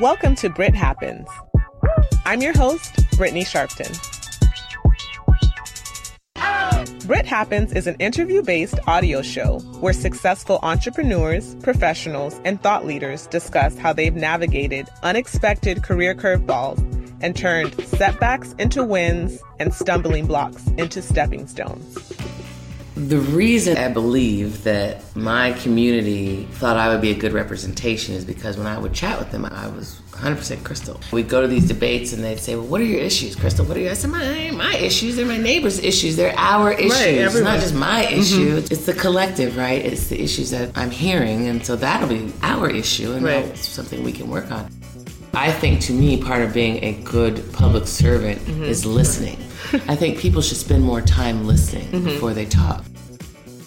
Welcome to Brit Happens. I'm your host, Brittany Sharpton. Brit Happens is an interview based audio show where successful entrepreneurs, professionals, and thought leaders discuss how they've navigated unexpected career curveballs and turned setbacks into wins and stumbling blocks into stepping stones. The reason I believe that my community thought I would be a good representation is because when I would chat with them, I was 100% Crystal. We'd go to these debates and they'd say, Well, what are your issues, Crystal? What are your I said, my, my issues? They're my neighbor's issues. They're our issues. it's not everyone. just my issue. It's the collective, right? It's the issues that I'm hearing. And so that'll be our issue. And Right. that's something we can work on. I think to me, part of being a good public servant is listening. I think people should spend more time listening before they talk.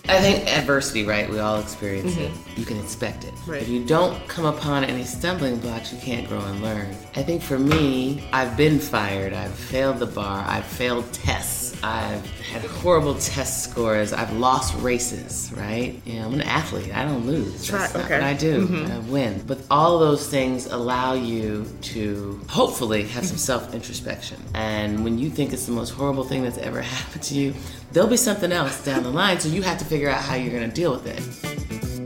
I think adversity, right? We all experience it. You can expect it. Mm-hmm. Right. If you don't come upon any stumbling blocks, you can't grow and learn. I think for me, I've been fired. I've failed the bar. I've failed tests. I've had horrible test scores. I've lost races, right? You know, I'm an athlete. I don't lose. That's Right, not okay. what I do. Mm-hmm. I win. But all of those things allow you to hopefully have Mm-hmm. some self introspection. And when you think it's the most horrible thing that's ever happened to you, there'll be something else down the line. So you have to figure out how you're going to deal with it.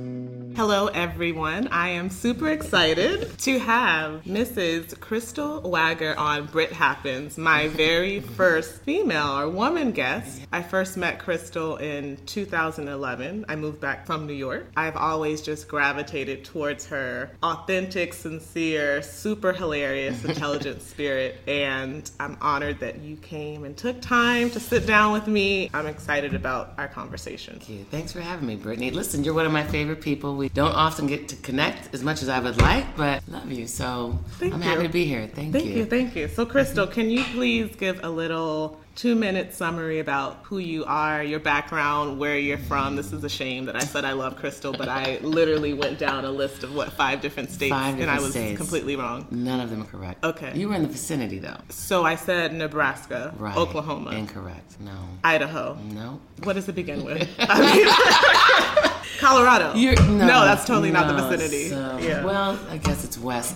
Hello, everyone. I am super excited to have Mrs. Crystal Wagger on Brit Happens, my very first female or woman guest. I first met Crystal in 2011. I moved back from New York. I've always just gravitated towards her authentic, sincere, super hilarious, intelligent spirit, and I'm honored that you came and took time to sit down with me. I'm excited about our conversation. Thank you. Thanks for having me, Brittany. Listen, you're one of my favorite people. We don't often get to connect as much as I would like, but love you. So Thank I'm happy you. to be here. Thank, Mm-hmm. Thank you, thank you. So, Crystal, can you please give a little two minute summary about who you are, your background, where you're from? This is a shame that I said I love Crystal, but I literally went down a list of what five different states, Five and I different was states. completely wrong. None of them are correct. Okay. You were in the vicinity, though. So, I said Nebraska, Right. Oklahoma, Incorrect. No. Idaho. No. What does it begin with? I mean, Colorado. You're- no, that's totally not the no, vicinity. so- yeah. Well, I guess it's west.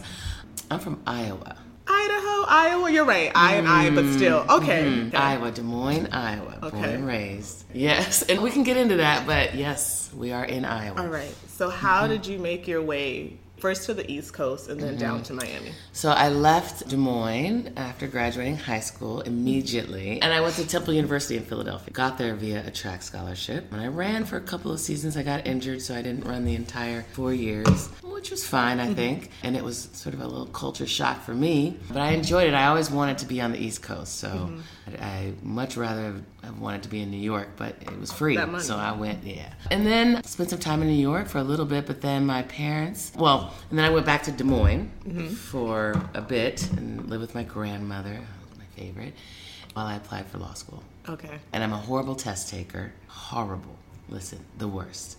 I'm from Iowa. Idaho, Iowa. You're right. I and I, but still. Okay. okay. Mm-hmm. Iowa, Des Moines, Iowa. Born Okay. and raised. Yes, and we can get into that, but yes, we are in Iowa. All right. So how Mm-hmm. did you make your way first to the East Coast and then down Mm-hmm. to Miami? So I left Des Moines after graduating high school immediately, and I went to Temple University in Philadelphia. Got there via a track scholarship, and I ran for a couple of seasons. I got injured, so I didn't run the entire four years, which was fine, Mm-hmm. I think. And it was sort of a little culture shock for me, but I enjoyed it. I always wanted to be on the East Coast, so Mm-hmm. I, I much rather have wanted to be in New York, but it was free, That money. so I went, yeah. And then spent some time in New York for a little bit, but then my parents, well, and then I went back to Des Moines for a bit and lived with my grandmother, my favorite, while I applied for law school. Okay. And I'm a horrible test taker. Horrible. Listen, the worst.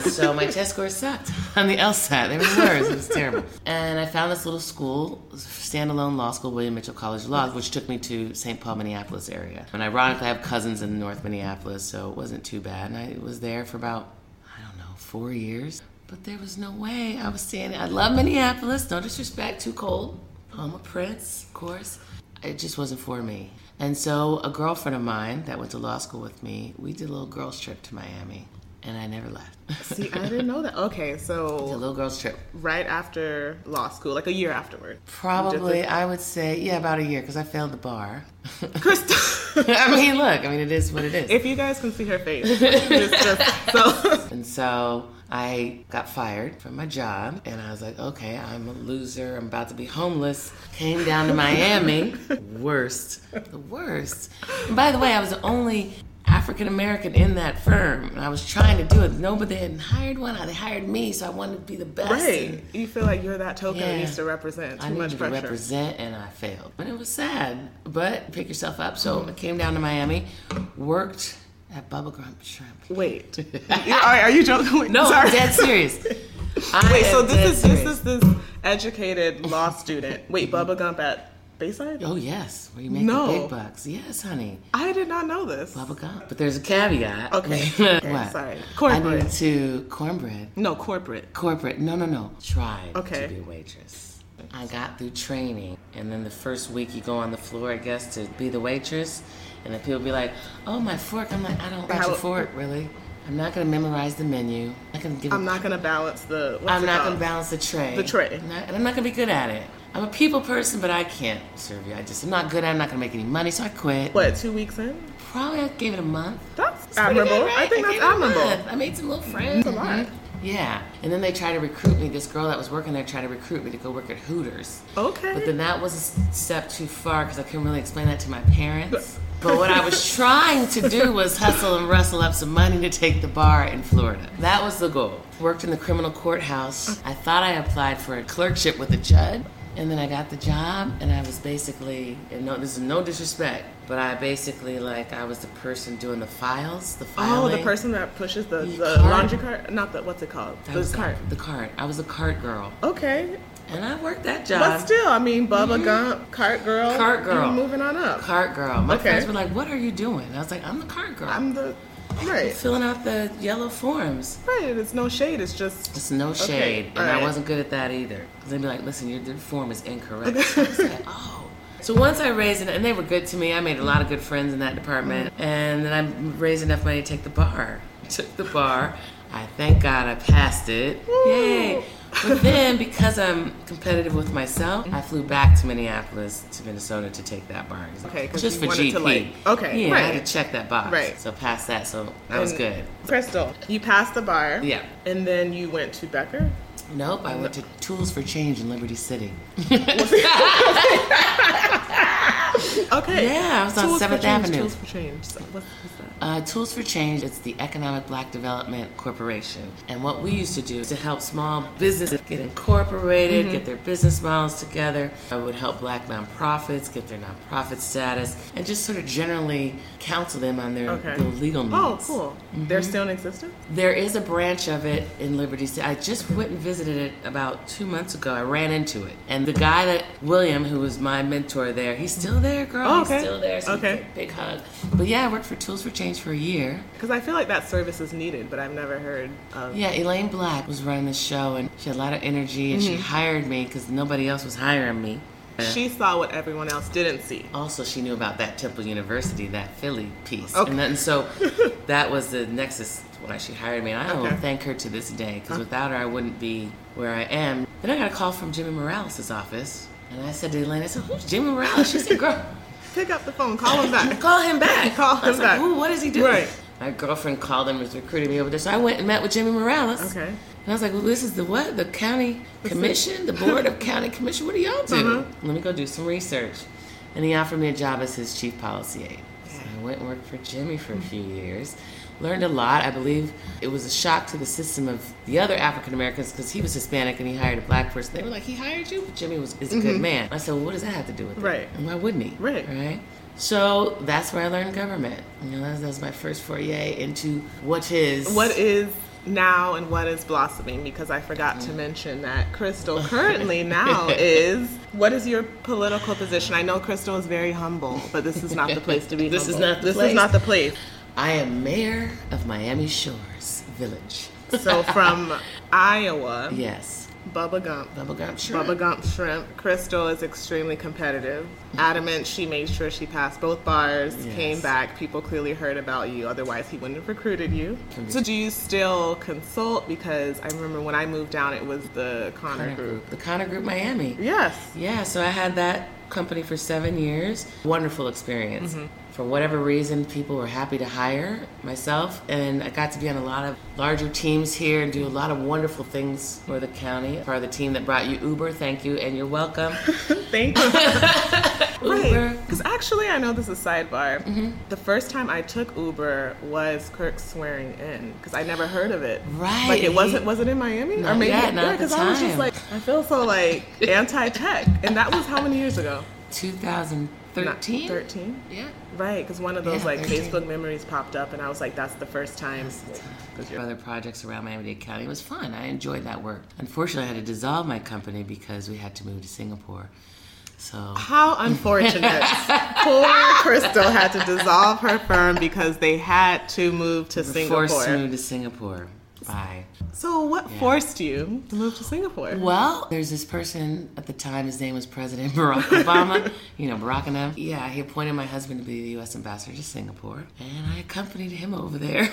So my test scores sucked on the L side. They were worse. It was terrible. And I found this little school, standalone law school, William Mitchell College of Law, which took me to St. Paul, Minneapolis area. And ironically, I have cousins in North Minneapolis, so it wasn't too bad. And I was there for about, I don't know, four years. But there was no way I was standing. I love Minneapolis. No disrespect. Too cold. Home of Prince, of course. It just wasn't for me. And so a girlfriend of mine that went to law school with me, we did a little girls trip to Miami, and I never left. See, I didn't know that. Okay, a so little girls trip. right after law school, like a year afterward. Probably, I would say, yeah, about a year because I failed the bar. Crystal, I mean, look, I mean, it is what it is. if you guys can see her face, it's just so And so I got fired from my job, and I was like, okay, I'm a loser. I'm about to be homeless. Came down to Miami. worst, the worst. And by the way, I was the only African American in that firm, and I was trying to do it. Nobody hadn't hired one. They hired me, so I wanted to be the best. And right. You feel like you're that token that Yeah. needs to represent too I much needed pressure. to represent, and I failed. And it was sad, but pick yourself up. So I came down to Miami, worked at Bubba Grump Shrimp. Wait. You- all right, are you joking? Wait, No, sorry. I'm dead serious. I Wait, so am this dead is this serious. is this educated law student. Wait, Mm-hmm. Bubba Gump at Bayside? Oh yes, where you make No. the big bucks. Yes, honey, I did not know this. Bubba Gump. But there's a caveat. Okay. what? Sorry. I Corporate. need to cornbread. No, corporate. Corporate. No, no, no. Try Okay. to be a waitress. I got through training, and then the first week you go on the floor, I guess, to be the waitress, and then people be like, "Oh, my fork." I'm like, "I don't got How- your fork, really. I'm not gonna memorize the menu. I can give. I'm not gonna balance the. What's I'm it not called? gonna balance the tray. The tray. I'm not- and I'm not gonna be good at it. I'm a people person, but I can't serve you. I just I'm not good at. it. I'm not gonna make any money, so I quit. What two weeks in? Probably I gave it a month. That's It's pretty admirable. good, right? I think that's gave it a admirable. Mm-hmm. month. I made some little friends. That's a lot. Mhm. Yeah, and then they tried to recruit me. This girl that was working there tried to recruit me to go work at Hooters. Okay. But then that was a s- step too far because I couldn't really explain that to my parents. But what I was trying to do was hustle and rustle up some money to take the bar in Florida. That was the goal. Worked in the criminal courthouse. I thought I applied for a clerkship with a judge. And then I got the job, and I was basically, and no, this is no disrespect, but I basically, like, I was the person doing the files, the Oh, filing. the person that pushes the, The the cart. laundry cart, not the what's it called? I The was cart. The cart. I was a cart girl. Okay, And I worked that job. but still, I mean, Bubba Gump, Cart Girl, Mm-hmm. Cart girl. you're moving on up. Cart girl. My Okay. friends were like, "What are you doing?" And I was like, "I'm the cart girl. I'm I'm the right, filling out the yellow forms." right. and It's no shade. It's just It's no shade, and all I right. wasn't good at that either. 'Cause they'd be like, "Listen, your the form is incorrect." So I was like, "Oh." So once I raised it, and they were good to me. I made a lot of good friends in that department, Mm-hmm. and then I raised enough money to take the bar. Took the bar. I thank God I passed it. Yay! But then, because I'm competitive with myself, I flew back to Minneapolis to Minnesota to take that bar exam. Okay, 'cause just you for wanted GP. to, like- okay, yeah, I had right. to check that box. Right. So pass that. So that was and- good. Crystal, you passed the bar. Yeah. and then you went to Becker. Nope, I went to Tools for Change in Liberty City. Okay. Yeah, I was on Tools for 7th Change, Avenue. Tools for Change. So What's, what's that? Uh, Tools for Change, it's the Economic Black Development Corporation. And what we used to do is to help small businesses get incorporated, get their business models together. I would help black nonprofits get their nonprofit status and just sort of generally counsel them on their, Okay. their legal needs. Oh, cool. Mm-hmm. They're still in existence. There is a branch of it in Liberty City. I just went and visited it about two months ago. I ran into it, and the guy that William, who was my mentor there, he's still there, girl. Oh, okay. He's still there. So Okay. big hug. But yeah, I worked for Tools for Change for a year. Because I feel like that service is needed, but I've never heard of. Yeah, Elaine Black was running the show, and she had a lot of energy, and she Mm-hmm. hired me because nobody else was hiring me. She saw what everyone else didn't see. also she knew about that Temple University, that Philly piece, Okay. and then so that was the nexus why she hired me. And I Okay. will thank her to this day because without her, I wouldn't be where I am. Then I got a call from Jimmy Morales' office, and I said to Elaine, "I said, who's Jimmy Morales?" She said, "Girl." Pick up the phone, call him back. Call him back. Call I was him like, back. Ooh, what is he doing? Right. My girlfriend called him, was recruiting me over there. So I went and met with Jimmy Morales. Okay. And I was like, well, this is the what? The county commission? The board of county commission? What do y'all do? Uh-huh. Let me go do some research. And he offered me a job as his chief policy aide. So I went and worked for Jimmy for a few years. Learned a lot. I believe it was a shock to the system of the other African Americans because he was Hispanic and he hired a black person. They were like, he hired you? Jimmy was, is a good man. I said, well, what does that have to do with it? Mm-hmm. Right. And why wouldn't he? Right. Right. So that's where I learned government. You know, that that was my first foray into what is What is now and what is blossoming? Because I forgot Mm. to mention that Crystal currently now is. What is your political position? I know Crystal is very humble, but this is not the place to be. This is humble. not the this place. is not the place. I am mayor of Miami Shores Village. So from Iowa, Yes. Bubba Gump. Bubblegum shrimp. Bubba Gump Shrimp. Crystal is extremely competitive. Adamant, she made sure she passed both bars, Yes. came back. People clearly heard about you, otherwise, he wouldn't have recruited you. So, do you still consult? Because I remember when I moved down, it was the Connor, Connor group. Group. The Connor Group Miami. Yes. Yeah, so I had that company for seven years. Wonderful experience. Mm-hmm. For whatever reason, people were happy to hire myself, and I got to be on a lot of larger teams here and do a lot of wonderful things for the county. Part of the team that brought you Uber, thank you, and you're welcome. Thank you. Uber. Mm-hmm. Because actually, I know this is sidebar. The first time I took Uber was Kirk swearing in because I never heard of it. Right. Like it wasn't was it in Miami Not yet, not yeah? at the Because I was just time. like I feel so like anti-tech, and that was how many years ago? Not- 2013. Thirteen. Yeah. Right, because one of those Yeah, like 13. Facebook memories popped up, and I was like, that's the first time. Other projects around Miami-Dade County. It was fun. I enjoyed that work. Unfortunately, I had to dissolve my company because we had to move to Singapore. So How unfortunate. Poor Crystal had to dissolve her firm because they had to move to Forced to Singapore. move to Singapore. Bye. So, what forced you to move to Singapore? Well, there's this person at the time, his name was President Barack Obama. you know, Barack and them. Yeah, he appointed my husband to be the U.S. ambassador to Singapore, and I accompanied him over there.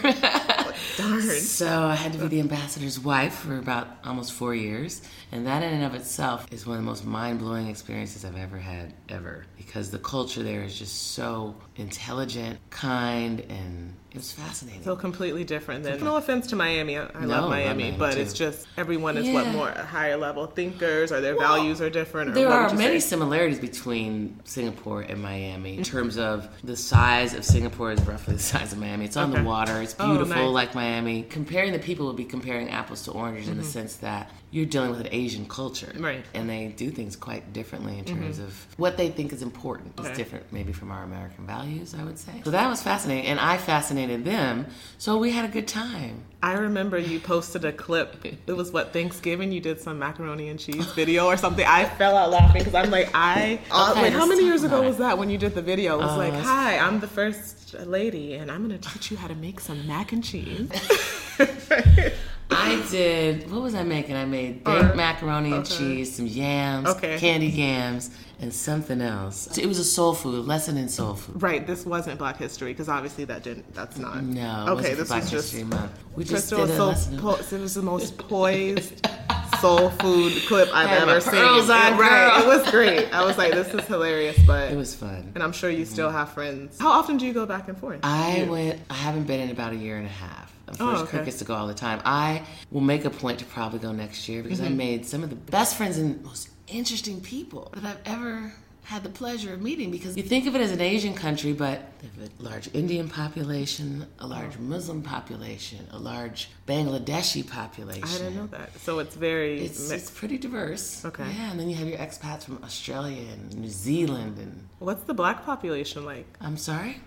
Darn. So I had to be the ambassador's wife for about almost four years, and that in and of itself is one of the most mind-blowing experiences I've ever had ever because the culture there is just so intelligent, kind, and it was fascinating. So completely different than. No offense to Miami, I I No, I love love Miami, Miami but too. it's just everyone is what Yeah. more higher level thinkers, or their values are different. Or There what are would you many say? similarities between Singapore and Miami in terms of the size of Singapore is roughly the size of Miami. It's on Okay. the water. It's Oh, beautiful, nice. like Miami. Comparing the people would be comparing apples to oranges in the sense that you're dealing with an Asian culture, Mm-hmm. Right. Mm-hmm. And they do things quite differently in terms of what they think is important. Okay. It's different, maybe from our American values, I would say. So that was fascinating, and I fascinated them. So we had a good time. I remember you posted a clip. It was what Thanksgiving. You did some macaroni and cheese video or something. I fell out laughing because I'm like, I. uh, Okay, wait, how let's many talk years ago about it. was that when you did the video? It was Oh, like, that's- hi, I'm the first lady, and I'm gonna teach you how to make some mac and cheese. I did. What was I making? I made Or- baked macaroni and okay. cheese, some yams, Okay. candy yams, and something else. It was a soul food lesson in soul food. right. This wasn't Black History because obviously that didn't. That's not. No, Okay. it wasn't for This Black was just History Month. We just Crystal did was a so lesson. in- po- it was the most poised soul food clip I've Had my ever seen. pearls right, on, girl. it was great. I was like, this is hilarious, but it was fun. and I'm sure you still have friends. How often do you go back and forth? I went. I haven't been in about a year and a half. Of Oh, course, okay. Kirk gets to go all the time. I will make a point to probably go next year because Mm-hmm. I made some of the best friends and most interesting people that I've ever had the pleasure of meeting. Because you think of it as an Asian country, but they have a large Indian population, a Oh. large Muslim population, a large Bangladeshi population. I didn't know that. So it's very It's, mi- it's pretty diverse. Okay. Yeah, and then you have your expats from Australia and New Zealand and What's the black population like? I'm sorry.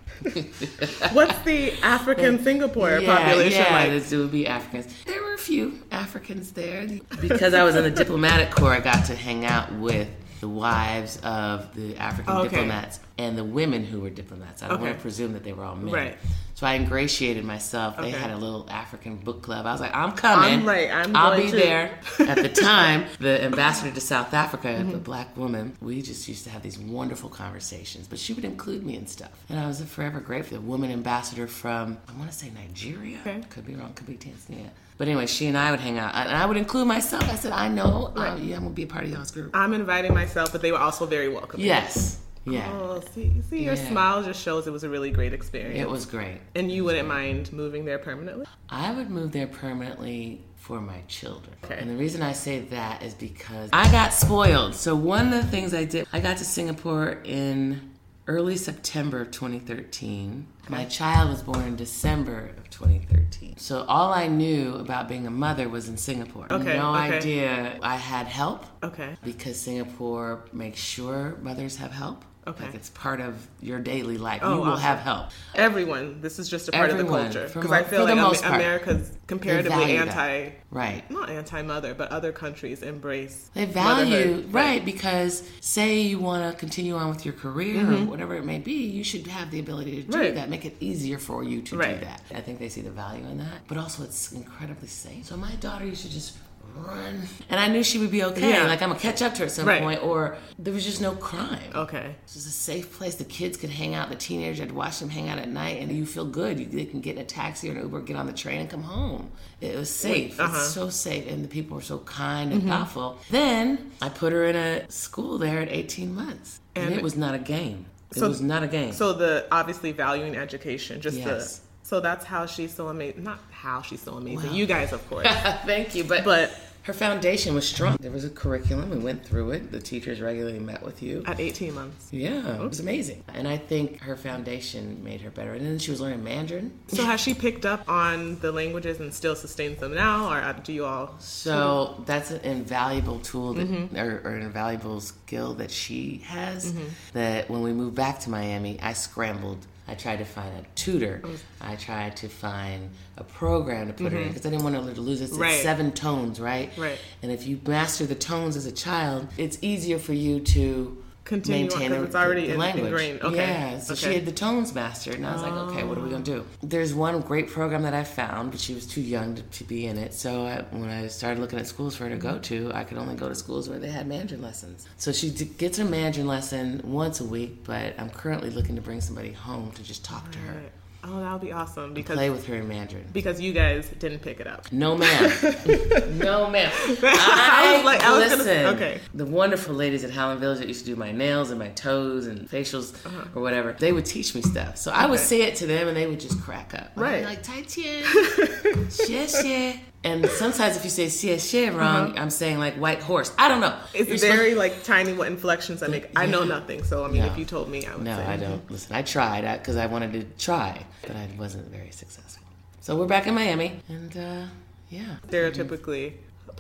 What's the African Singapore population yeah, like? this- it would be Africans. There were a few Africans there because I was in the diplomatic corps. I got to hang out with the wives of the African Okay. diplomats and the women who were diplomats. I don't want Okay. to presume that they were all men. Right. So I ingratiated myself. They Okay. had a little African book club. I was like, I'm coming. I'm like, I'm I'll going be too. there. At the time, the ambassador to South Africa, the black woman, we just used to have these wonderful conversations. But she would include me in stuff, and I was forever grateful. The woman ambassador from I want to say Nigeria, Okay. could be wrong, could be Tanzania. But anyway, she and I would hang out, and I would include myself. I said, I know, uh, yeah, I'm gonna be a part of y'all's group. I'm inviting myself, but they were also very welcoming. yes, yeah, Oh, see, see, your Yeah. smile just shows it was a really great experience. it was great. and you wouldn't mind moving there permanently? I would move there permanently for my children. Okay. And the reason I say that is because I got spoiled. So one of the things I did, I got to Singapore in early September of 2013. My child was born in December of 2013. So all I knew about being a mother was in Singapore. Okay, No okay. idea I had help Okay. because Singapore makes sure mothers have help. Okay. Like it's part of your daily life. Oh, you will awesome. have help. Everyone, this is just a part Everyone, of the culture for because mo- I feel for the like Am- most part. America's They comparatively value that. anti, Right. not anti-mother, but other countries embrace. They value, motherhood. right, because say you want to continue on with your career or whatever it may be, you should have the ability to do Mm-hmm. Right. that, make it easier for you to Right. do that. I think they see the value in that, but also it's incredibly safe. So my daughter used to just run, and I knew she would be okay. Yeah. Like, I'm going to catch up to her at some Right. point, or there was just no crime. Okay. It was a safe place. The kids could hang out. The teenagers had to watch them hang out at night, and you feel good. You, they can get in a taxi or an Uber, get on the train, and come home. It was safe. Uh-huh. It's so safe, and the people were so kind and thoughtful. Then I put her in a school there at 18 months, and, And- it was not a game. It So- was not a game. So the obviously valuing education, just Yes. the. So that's how she's so amazing. Not how she's so amazing. Wow. You guys, of course. Thank you, but But- her foundation was strong. There was a curriculum. We went through it. The teachers regularly met with you. At 18 months. yeah, it was amazing. And I think her foundation made her better. And then she was learning Mandarin. So has she picked up on the languages and still sustains them now, or uh, do you all? So that's an invaluable tool that, Mm-hmm. or, or an invaluable skill that she has. That when we moved back to Miami, I scrambled. I tried to find a tutor. I tried to find a program to put her in because I didn't want her to lose it. It's Mm-hmm. Right. seven tones, right? Right. And if you master the tones as a child, it's easier for you to continue on maintain because her, it's already the in, language. ingrained. Okay. Yeah, so okay. she had the tones mastered, and I was like, okay, what are we gonna do? There's one great program that I found, but she was too young to, to be in it. So I, when I started looking at schools for her to go to, I could only go to schools where they had Mandarin lessons. So she d- gets her Mandarin lesson once a week, but I'm currently looking to bring somebody home to just talk to her, oh, that would be awesome because play with her in Mandarin. because you guys didn't pick it up. No, ma'am. no, ma'am. I I, was like- I was gonna- listen. okay. The wonderful ladies at Howland Village that used to do my nails and my toes and facials or whatever, they would teach me stuff. So I would Uh-huh. Okay. say it to them, and they would just crack up. I'd be Right. Like Tai Chi, Xie Xie. And sometimes if you say Xie Xie wrong, I'm saying like white horse. I don't know. Uh-huh. It's You're supposed- very like tiny what inflections I make. I know nothing, so I mean, No. if you told me, I would No, say. I don't. Listen, I tried because I wanted to try, but I wasn't very successful. So we're back in Miami, and uh, yeah. Stereotypically,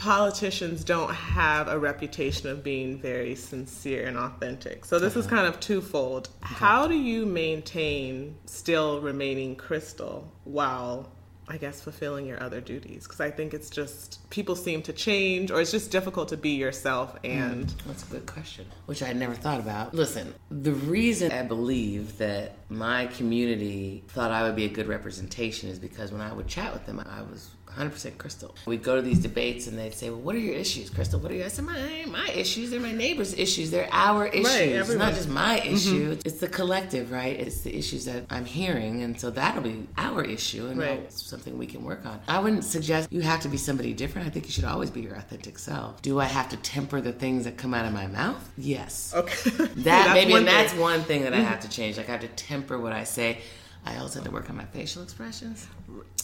politicians don't have a reputation of being very sincere and authentic. So this is Uh-huh. kind of twofold. How do you maintain still remaining crystal while I guess fulfilling your other duties because I think it's just people seem to change or it's just difficult to be yourself and That's a good question, which I had never thought about. Listen, the reason I believe that my community thought I would be a good representation is because when I would chat with them, I was 100% Crystal. We'd go to these debates and they'd say, Well, what are your issues, Crystal? What are your I said, my, my issues? They're my neighbor's issues. They're our issues. it's not everyone. just my issue. It's the collective, right? It's the issues that I'm hearing. And so that'll be our issue and Right. that's something we can work on. I wouldn't suggest you have to be somebody different. I think you should always be your authentic self. Do I have to temper the things that come out of my mouth? Yes. okay That maybe one thing. Mm-hmm. and that's one thing that I have to change. Like I have to temper what I say. I also have to work on my facial expressions.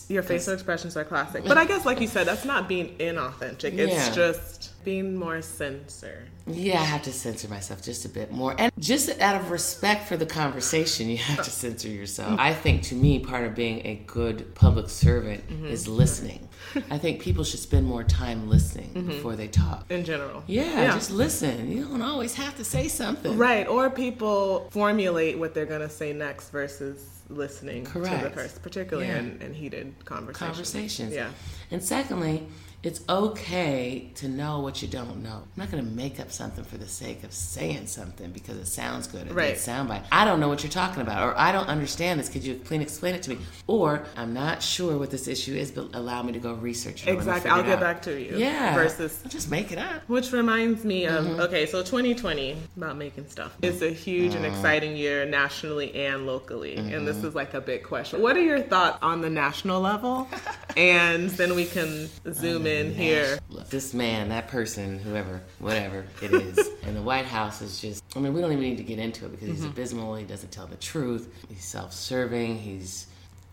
Your facial expressions are classic. But I guess, like you said, that's not being inauthentic. Yeah. It's just being more censored. Yeah, I have to censor myself just a bit more. And just out of respect for the conversation, you have to censor Mm-hmm. yourself. I think to me, part of being a good public servant Mm-hmm. is listening. I think people should spend more time listening Mm-hmm. before they talk. in general. Yeah, just listen. You don't always have to say something. right. Or people formulate what they're going to say next versus listening to the Correct. person, particularly Yeah. in, in heated conversations. Conversations. Yeah. And secondly, it's okay to know what you don't know. I'm not going to make up something for the sake of saying something because it sounds good. Or Right. right. Soundbite. I don't know what you're talking about, or I don't understand this. Could you please explain it to me? Or I'm not sure what this issue is, but allow me to go research it. or let me Exactly. figure I'll it get out. back to you. Yeah. Versus I'll just make it up. Which reminds me of Mm-hmm. okay, so 2020 about making stuff. It's a huge Mm. and exciting year nationally and locally, and this Mm-hmm. is like a big question. What are your thoughts on the national level? and then we can zoom in here. Look, this man, that person, whoever, whatever it is, and the White House is just, I mean, we don't even need to get into it because he's Mm-hmm. abysmal, he doesn't tell the truth, he's self serving, he's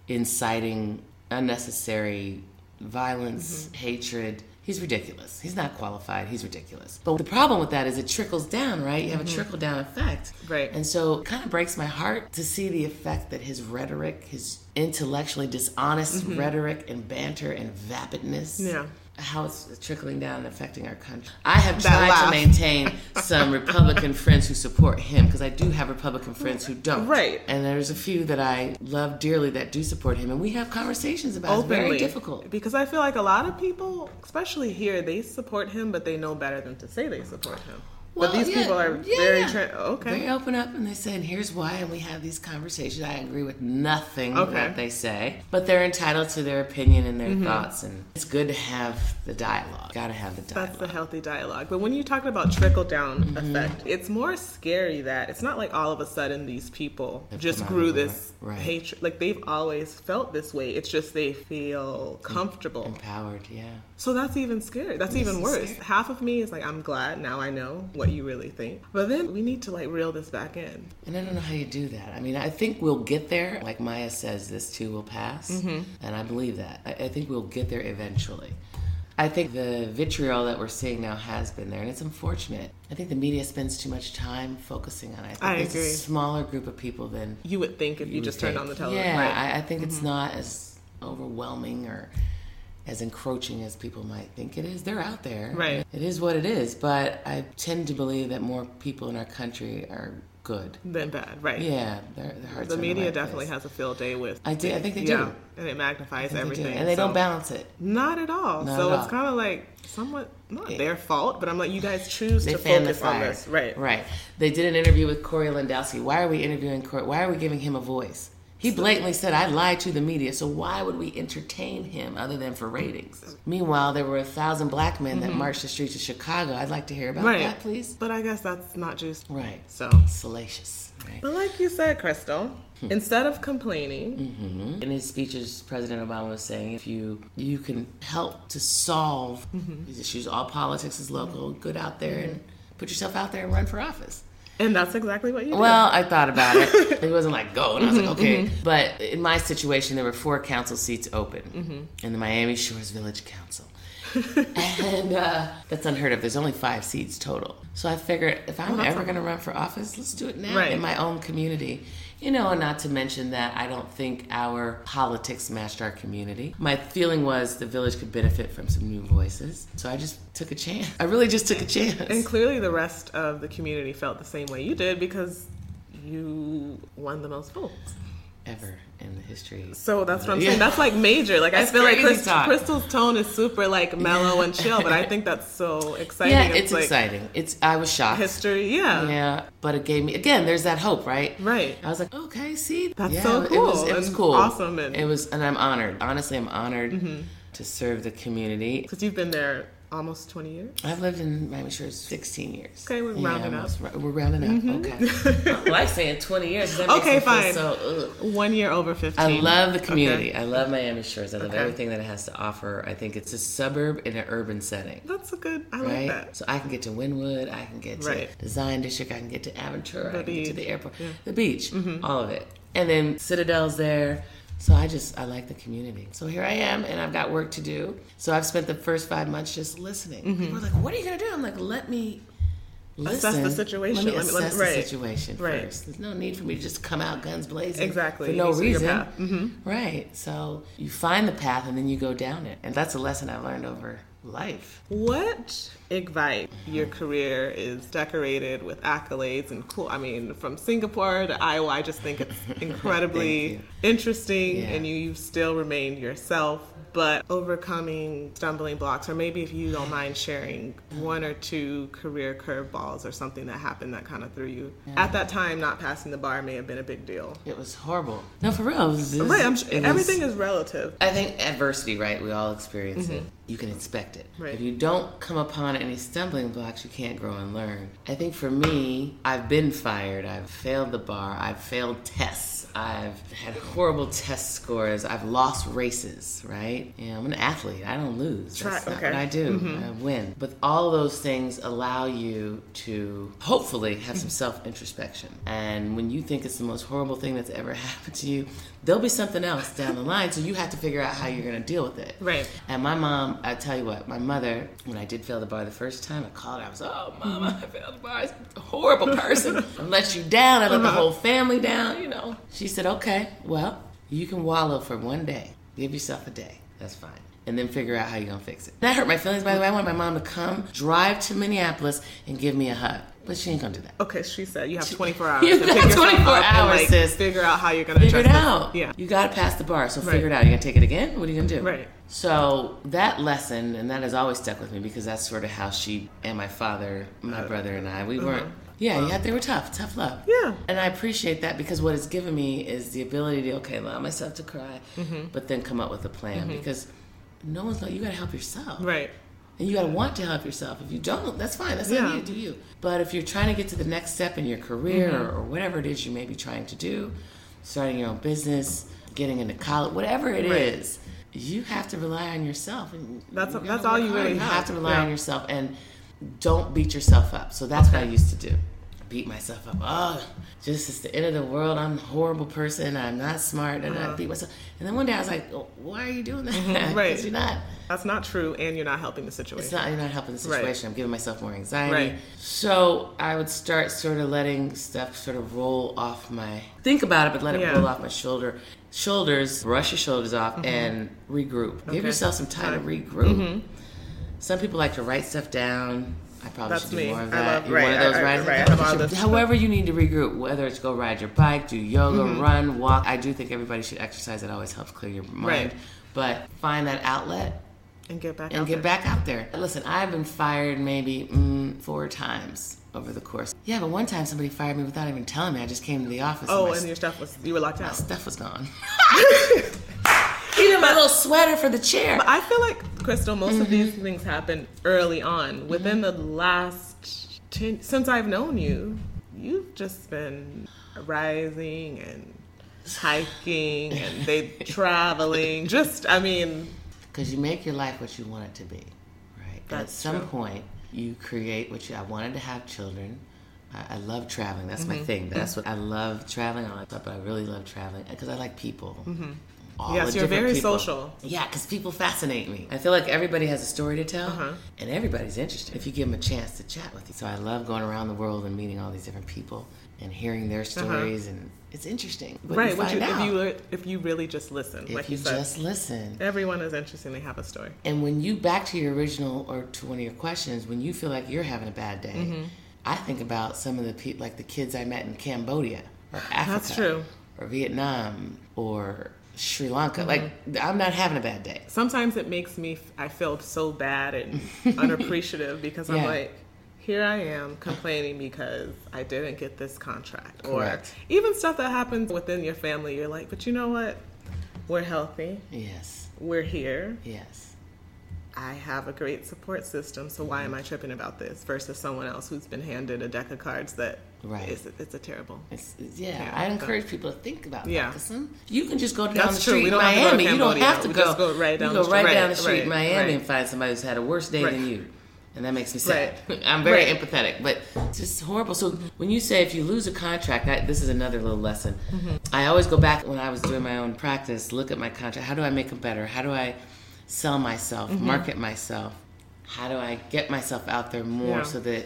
inciting unnecessary violence, Mm-hmm. hatred. He's ridiculous. He's not qualified. He's ridiculous. But the problem with that is it trickles down, right? You have a trickle down effect. Mm-hmm. Right. And so it kind of breaks my heart to see the effect that his rhetoric, his intellectually dishonest Mm-hmm. rhetoric and banter and vapidness Yeah. how it's trickling down and affecting our country. I have That tried laugh. to maintain some Republican friends who support him because I do have Republican friends who don't. Right. And there's a few that I love dearly that do support him, and we have conversations about. it. It's very difficult. because I feel like a lot of people, especially here, they support him, but they know better than to say they support him. Well, but these yeah, people are yeah, very yeah. tra- okay. They open up and they say, and here's why, and we have these conversations. I agree with nothing Okay. Mm-hmm. that they say, but they're entitled to their opinion and their thoughts, and it's good to have the dialogue. Gotta have the dialogue. That's the healthy dialogue. But when you talk about trickle down Mm-hmm. effect, it's more scary that it's not like all of a sudden these people just come out grew of the this right- right. hatred. Like they've always felt this way. It's just they feel comfortable. Empowered, yeah. So that's even scary. That's Mm-hmm. is even worse. scary. Half of me is like, I'm glad now I know what you really think. But then we need to like reel this back in. And I don't know how you do that. I mean, I think we'll get there. Like Maya says, this too will pass. Mm-hmm. And I believe that. I, I think we'll get there eventually. I think the vitriol that we're seeing now has been there, and it's unfortunate. I think the media spends too much time focusing on it. I think I it's a agree. smaller group of people than You would think if you, would just turned think. on the television. Yeah, Right. Mm-hmm. I, I think it's not as overwhelming or as encroaching as people might think it is. They're out there. Right. It is what it is, but I tend to believe that more people in our country are good. Then bad, right? Yeah, their, their hearts The are in media right definitely place. has a field day with. I did. I think they do. yeah, and it magnifies They do. everything. and they so- don't balance it. Not at all. Not so at it's all. kind of like somewhat not their fault, but I'm like, you guys choose They to fan the focus on fire. this, right? Right. They did an interview with Corey Landowski. Why are we interviewing Corey? Why are we giving him a voice? He blatantly said, I lied to the media, so why would we entertain him other than for ratings? Meanwhile, there were a thousand black men that marched the streets of Chicago. I'd like to hear about Mm-hmm. Right. that, please. But I guess that's not juice. Right. So, Salacious. Right. but like you said, Crystal, Hmm. instead of complaining, In his speeches, President Obama was saying, if you you can help to solve these issues, all politics is local. Good out there and put yourself out there and run for office. and that's exactly what you did. Well, I thought about it. It wasn't like go, and I was Mm-hmm, like, okay. But in my situation, there were four council seats open Mm-hmm. in the Miami Shores Village Council. and uh, that's unheard of. There's only five seats total. So I figured if I'm ever going to run for office, let's do it now Oh, Right. in my own community. You know, and not to mention that I don't think our politics matched our community. My feeling was the village could benefit from some new voices. So I just took a chance. I really just took a chance. and clearly the rest of the community felt the same way you did because you won the most votes. Ever in the history. So that's what I'm Yeah. saying. That's like major. Like I That's feel like crazy Chris- talk. Crystal's tone is super like mellow and chill, but I think that's so exciting. Yeah, it's, like exciting. It's I was shocked. History, yeah. Yeah, but it gave me again. There's that hope, right? Right. I was like, okay, see, That's Yeah, so It was, cool it was and cool, awesome and- Mm-hmm. it was, and I'm honored. Honestly, I'm honored to serve the community. Because you've been there almost 20 years. I've lived in Miami Shores 16 years. Okay, we're rounding up. Mm-hmm. almost ri- We're rounding up. Okay. well, I saying 20 years. That Okay, makes me feel fine. So, ugh. One year over 15. I love the community. I love Miami Shores. I love Okay. everything that it has to offer. I think it's a suburb in an urban setting. That's a good, I like right? that. So I can get to Wynwood, I can get to Right. Design District, I can get to Aventura, I can get to beach. the airport, Yeah. Mm-hmm. the beach, all of it. And then Citadel's there. So I just I like the community. So here I am, and I've got work to do. So I've spent the first five months just listening. People are like, "What are you gonna do?" I'm like, "Let me." Mm-hmm. Assess the listen. situation. Let me Let me- assess let me- the right. situation Right. first. There's no need for me to just come out guns blazing Exactly. for You no see your reason. path. Mm-hmm. Right. So you find the path and then you go down it, and that's a lesson I've learned over life. What Igvite, your career is decorated with accolades and cool. I mean, from Singapore to Iowa, I just think it's incredibly Thank interesting, Yeah. and you, you've still remained yourself. But overcoming stumbling blocks, or maybe if you don't mind sharing one or two career curveballs or something that happened that kind of threw you at that time, not passing the bar may have been a big deal. It was horrible. No, for real. It was, Right, I'm sure, it was- everything is relative. I think adversity, right? We all experience it. You can expect it. Right. If you don't come upon any stumbling blocks, you can't grow and learn. I think for me, I've been fired. I've failed the bar. I've failed tests. I've had horrible test scores. I've lost races, right? Yeah, I'm an athlete. I don't lose. Try- That's not okay. what I do. I win. But all those things allow you to hopefully have some self introspection. And when you think it's the most horrible thing that's ever happened to you, there'll be something else down the line. So you have to figure out how you're going to deal with it. Right. And my mom, I tell you what, my mother, when I did fail the bar the first time, I called her. I was, oh, mama, I failed the bar. I'm a horrible person. I let you down. I let the whole family down, you know. She said, okay, well, you can wallow for one day. Give yourself a day. That's fine. And then figure out how you're going to fix it. That hurt my feelings, by the way. I wanted my mom to come, drive to Minneapolis, and give me a hug. But she ain't going to do that. Okay, she said you have 24 hours. You to got pick yourself 24 up and, hours, like, sis. Figure out how you're gonna figure it address this. out. Yeah. You got to pass the bar, so Right. figure it out. You're going to take it again? What are you going to do? Right. So that lesson, and that has always stuck with me because that's sort of how she and my father, my Uh-huh. brother, and I, we weren't. Yeah, yeah, they were tough, tough love. Yeah. And I appreciate that because what it's given me is the ability to, okay, allow myself to cry, Mm-hmm. but then come up with a plan because no one's like, you got to help yourself. Right. And you gotta want to help yourself. If you don't, that's fine. That's Yeah. on you. Do you? But if you're trying to get to the next step in your career or, Mm-hmm. or whatever it is you may be trying to do, starting your own business, getting into college, whatever it is, Right. you have to rely on yourself. And That's- gotta that's all work you hard. really You have. have to rely Yeah. on yourself and don't beat yourself up. So that's what I used to do. Beat myself up. Oh, just it's the end of the world. I'm a horrible person. I'm not smart. And I beat myself. And then one day I was like, oh, why are you doing that? 'Cause Uh-huh. Mm-hmm. Right. you're not. That's not true, and you're not helping the It's situation. not you're not helping the Right. situation. I'm giving myself more anxiety. Right. So I would start sort of letting stuff sort of roll off my think about it, but let it Yeah. Mm-hmm. roll off my shoulder shoulders. Brush your shoulders off and regroup. Give Okay. Mm-hmm. yourself some time to regroup. Some people like to write stuff down. I probably That's should do me. more of I that. love- You're one right, of those I- I- riders. right, I have all Should- this stuff. however, you need to regroup, whether it's go ride your bike, do yoga, Mm-hmm. run, walk. I do think everybody should exercise. It always helps clear your mind. Right. But find that outlet and get back and out get there. back out there. Listen, I've been fired maybe mm, four times over the course. Yeah, but one time somebody fired me without even telling me. I just came to the office. Oh, my and your stuff was you were locked out. stuff was gone. Even my Mm-hmm. little sweater for the chair. I feel like Crystal, most of these things happen early Mm-hmm. on. Within the last ten since I've known you, you've just been rising and hiking and they traveling. Just I mean, Because you make your life what you want it to be, right? And At That's some true. point, you create what you. I wanted to have children. I, I love traveling. That's Mm-hmm. my thing. That's what I love traveling. I like that, but I really love traveling because I like people. All Mm-hmm. Yes, the you're different very people. social. Yeah, because people fascinate me. I feel like everybody has a story to tell, Uh-huh. and everybody's interested if you give them a chance to chat with you. So I love going around the world and meeting all these different people and hearing their stories, and it's interesting. But Uh-huh. right, what find you, if out you were- if you really just listen, if like you you, said. just listen. Everyone is interesting, they have a story. And when you back to your original or to one of your questions, when you feel like you're having a bad day, Mm-hmm. I think about some of the people, like the kids I met in Cambodia or Africa, true. or Vietnam or Sri Lanka. Mm-hmm. Like I'm not having a bad day. Sometimes it makes me I feel so bad and unappreciative because I'm Yeah. like here I am complaining because I didn't get this contract Correct. or even stuff that happens within your family you're like but you know what we're healthy Yes, we're here yes, I have a great support system so why am I tripping about this versus someone else who's been handed a deck of cards that Right. is- it's a terrible it's, it's- yeah. Yeah, I so- encourage people to think about Yeah. that. 'cause some- you can just go down That's the true. street We don't in have to go to Miami. you don't Cambodia. have to We go. just go right You down go the right, street. down the Right, street in right, Miami right. and find somebody who's had a worse day than Right. you. And that makes me sad. I'm very Right. empathetic, but it's just horrible. So when you say if you lose a contract, I, this is another little lesson. Mm-hmm. I always go back when I was doing my own practice, look at my contract. How do I make them better? How do I sell myself, Mm-hmm. market myself? How do I get myself out there more Yeah. so that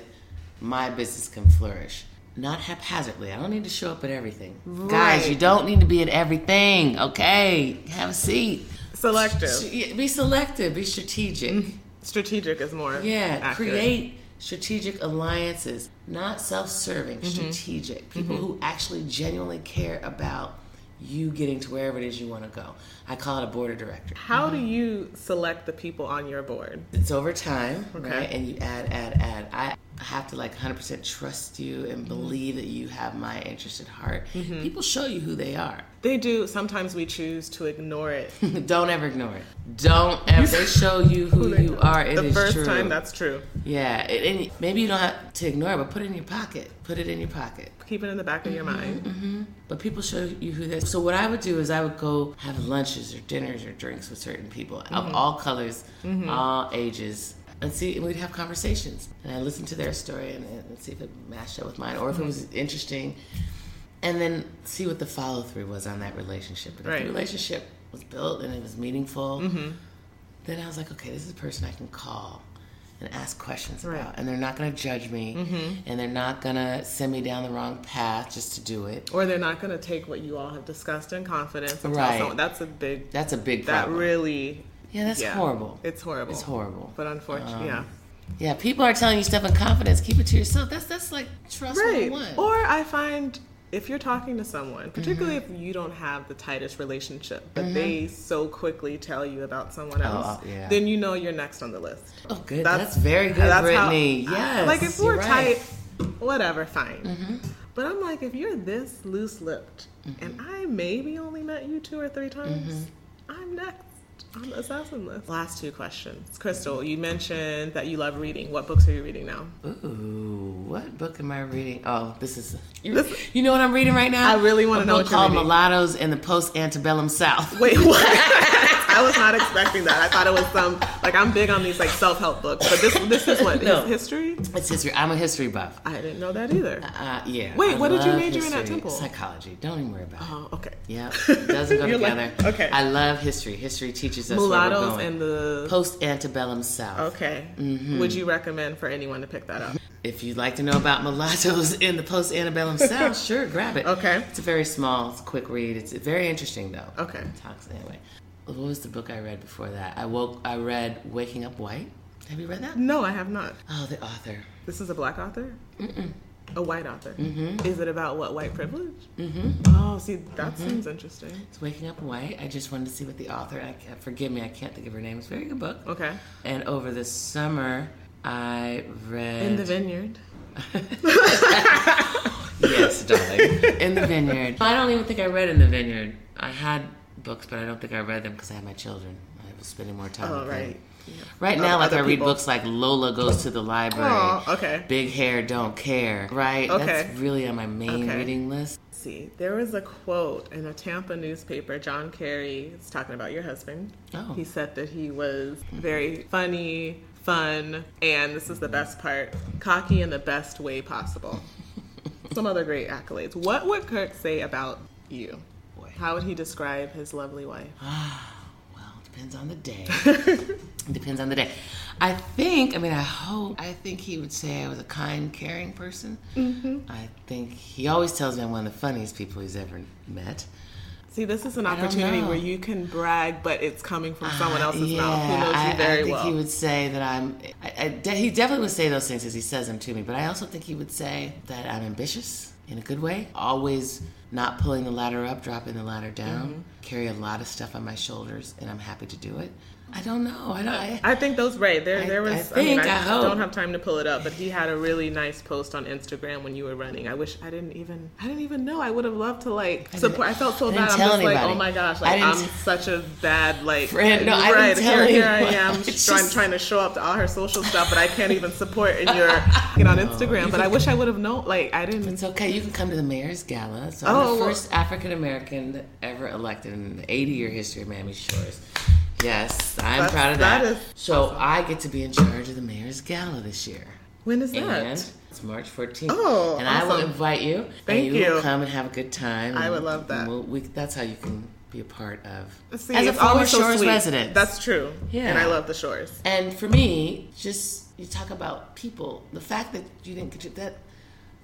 my business can flourish? Not haphazardly. I don't need to show up at everything. Guys, you Right. don't need to be at everything, okay? Have a seat. selective Mm-hmm. Yeah, Be selective, be strategic. strategic is more Yeah, accurate. create strategic alliances, not self serving, Mm-hmm. strategic. People who actually genuinely care about you getting to wherever it is you want to go. I call it a board of director. How do you select the people on your board? It's over time, Okay. right? And you add, add, add. I have to like 100% trust you Mm-hmm. and believe that you have my interest at heart. People show you who they are. They do. Sometimes we choose to ignore it. Don't ever ignore it. Don't ever. They show you who you are. It is the first true. time, that's true. Yeah, it, and maybe you don't have to ignore it, but put it in your pocket. Put it in your pocket. Keep it in the back of your mind. Mm-hmm. But people show you who they So what I would do is I would go have lunches or dinners or drinks with certain people Mm-hmm. of all colors, all ages. And see, and we'd have conversations. And I listen to their story and, and see if it matched up with mine Mm-hmm. or if it was interesting. And then see what the follow through was on that relationship. And if Right. Mm-hmm. the relationship was built and it was meaningful, then I was like, okay, this is a person I can call and ask questions Right. Mm-hmm. about. And they're not going to judge me and they're not going to send me down the wrong path just to do it. Or they're not going to take what you all have discussed in confidence. And Right. tell someone. That's a big, That's a big that problem. really, yeah, that's yeah. horrible. It's horrible. It's um, horrible. But unfortunately, yeah. Yeah, people are telling you stuff in confidence. Keep it to yourself. That's that's like trust Right. 101. Or I find if you're talking to someone, particularly Mm-hmm. if you don't have the tightest relationship, but they so quickly tell you about someone else, Oh, uh, yeah. then you know you're next on the list. oh, good. That's, That's- very good, That's how- Brittany. yes. Like if you're we're right. Mm-hmm. tight, whatever, fine. But I'm like, if you're this loose lipped, and I maybe only met you two or three times, Mm-hmm. I'm next on the assassin list. Last two questions, Crystal. You mentioned that you love reading. What books are you reading now? Ooh, what book am I reading? Oh, this is. You, This- you know what I'm reading right now? I really wanna A know book what you're called reading. Mulattoes in the Post Antebellum South. Wait, what? I was not expecting that. I thought it was some like I'm big on these like self help books, but this this is what No. his- history. It's history. I'm a history buff. I didn't know that either. Uh, yeah. Wait, I what did you love major in at history. Temple? Psychology. Don't even worry about it. Oh, okay. Yeah, doesn't go You're like, together. okay. I love history. History teaches us where we're Mulattoes going. and the post antebellum South. Okay. Would you recommend for anyone to pick that up? If you'd like to know about mulattoes in the post antebellum South, sure, grab it. Okay. It's a very small, it's a quick read. It's very interesting though. Okay. Talks anyway. What was the book I read before that? I woke. I read Waking Up White. Have you read that? No, I have not. Oh, the author. This is a black author? A white author? Is it about what? White privilege? Mm-hmm. Oh, see, that seems interesting. It's Waking Up White. I just wanted to see what the author. I can't, forgive me, I can't think of her name. It's a very good book. Okay. And over the summer, I read In the vineyard. Yes, darling. In the vineyard. I don't even think I read in the vineyard. I had books, but I don't think I read them because I had my children. I was spending more time. Oh, with them. right. Right now, like other I read people. books like Lola Goes to the Library. Oh, okay. Big hair, don't care. Right, Okay. that's really on my main Okay. reading list. See, there was a quote in a Tampa newspaper. John Kerry is talking about your husband. Oh. He said that he was very funny, fun, and this is the best part cocky in the best way possible. Some other great accolades. What would Kirk say about you? Boy. How would he describe his lovely wife? Well, it depends on the day. It depends on the day. I think. I mean, I hope. I think he would say I was a kind, caring person. Mm-hmm. I think he always tells me I'm one of the funniest people he's ever met. See, this is an don't opportunity know. Uh, where you can brag, but it's coming from someone else's yeah, mouth who knows I, you very I think well. he would say that I'm. I, I de- he definitely would say those things as he says them to me. But I also think he would say that I'm ambitious in a good way. Always not pulling the ladder up, dropping the ladder down. Mm-hmm. Carry a lot of stuff on my shoulders, and I'm happy to do it. I don't know. I don't. I, I think those right there. I- There was. I I, think, mean, I, I hope. don't have time to pull it up, but he had a really nice post on Instagram when you were running. I wish I didn't even. I didn't even know. I would have loved to like support. I felt so I didn't bad. I'm tell just like, anybody. oh my gosh, I like didn't I'm t- such a bad like Friend, no, I didn't right, tell here, here I anyone. am. It's trying, just- trying to show up to all her social stuff, but I can't even support in your you Oh, know on Instagram. But I wish I would have known. Like I didn't. It's okay. You can come to the mayor's gala. So Oh, I'm the well- first African American ever elected in the 80 year history of Miami Shores. Yes, I'm That's- proud of that that. is so I get to be in charge of the mayor's gala this year. When is And that? it's March 14th. Oh, and I will awesome. invite you. Thank and you. you. Will come and have a good time. I and would love that. we'll- we- that's how you can be a part of. See, As a it's former always so Shores sweet. resident. That's true. Yeah. And I love the shores. And for me, just you talk about people. The fact that you didn't get to that,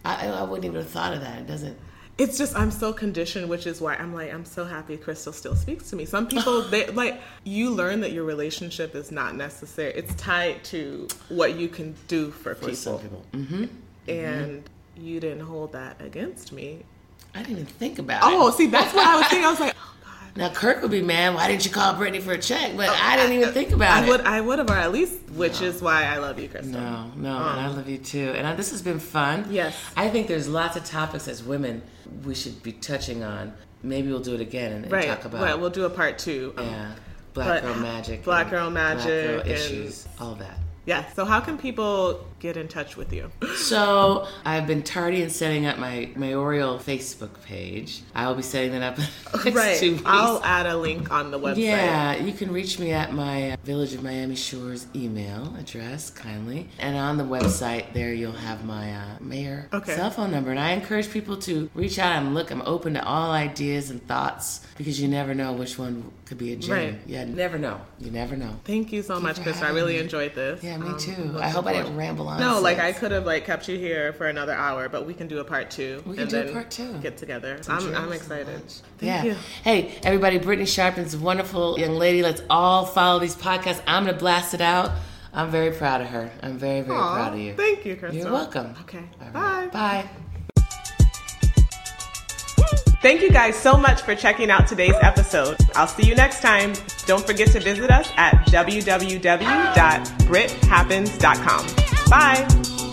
I, I wouldn't even have thought of that. It doesn't. it's just I'm so conditioned, which is why I'm like I'm so happy Crystal still speaks to me. Some people they like you learn that your relationship is not necessary. It's tied to what you can do for, For some Mm-hmm. people, people. Mm, and you didn't hold that against me. I didn't even think about it. Oh, see, that's what I was thinking. I was like, Now Kirk would be mad. Why didn't you call Brittany for a check? But I didn't even think about Oh, I would, it. I would have, or at least, which is why I love you, Crystal. No, no, and I love you too. And I, this has been fun. Yes. I think there's lots of topics as women we should be touching on. Maybe we'll do it again and, and right? talk about right. We'll do a part two. Um, yeah, But- black girl magic, Black and girl girl magic and- issues, all that. yeah. So, how can people get in touch with you? So I've been tardy in setting up my Mayoral Facebook page. I will be setting that up in the next right. two weeks. I'll add a link on the website. Yeah, you can reach me at my uh, Village of Miami Shores email address, kindly. And on the website there, you'll have my uh, mayor Okay. cell phone number. And I encourage people to reach out and look. I'm open to all ideas and thoughs because you never know which one could be a gem. Right. Yeah, never know. You never know. Thank you so much, for Krista. I having really me. enjoyed this. Yeah, me Um, too. I hope I didn't ramble on. No, so like I it's- could have like kept you here for another hour, but we can do a part two. We can and do a then part two. Get together. I'm, drinks I'm and excited. lunch. Thank yeah. you. Hey, everybody, Brittany Sharpton's a wonderful young lady. Let's all follow these podcasts. I'm going to blast it out. I'm very proud of her. I'm very, very Aw, proud of you. Thank you, Crystal. You're welcome. Okay. All Bye. right. Bye. Thank you guys so much for checking out today's episode. I'll see you next time. Don't forget to visit us at www.brithappens.com. Bye.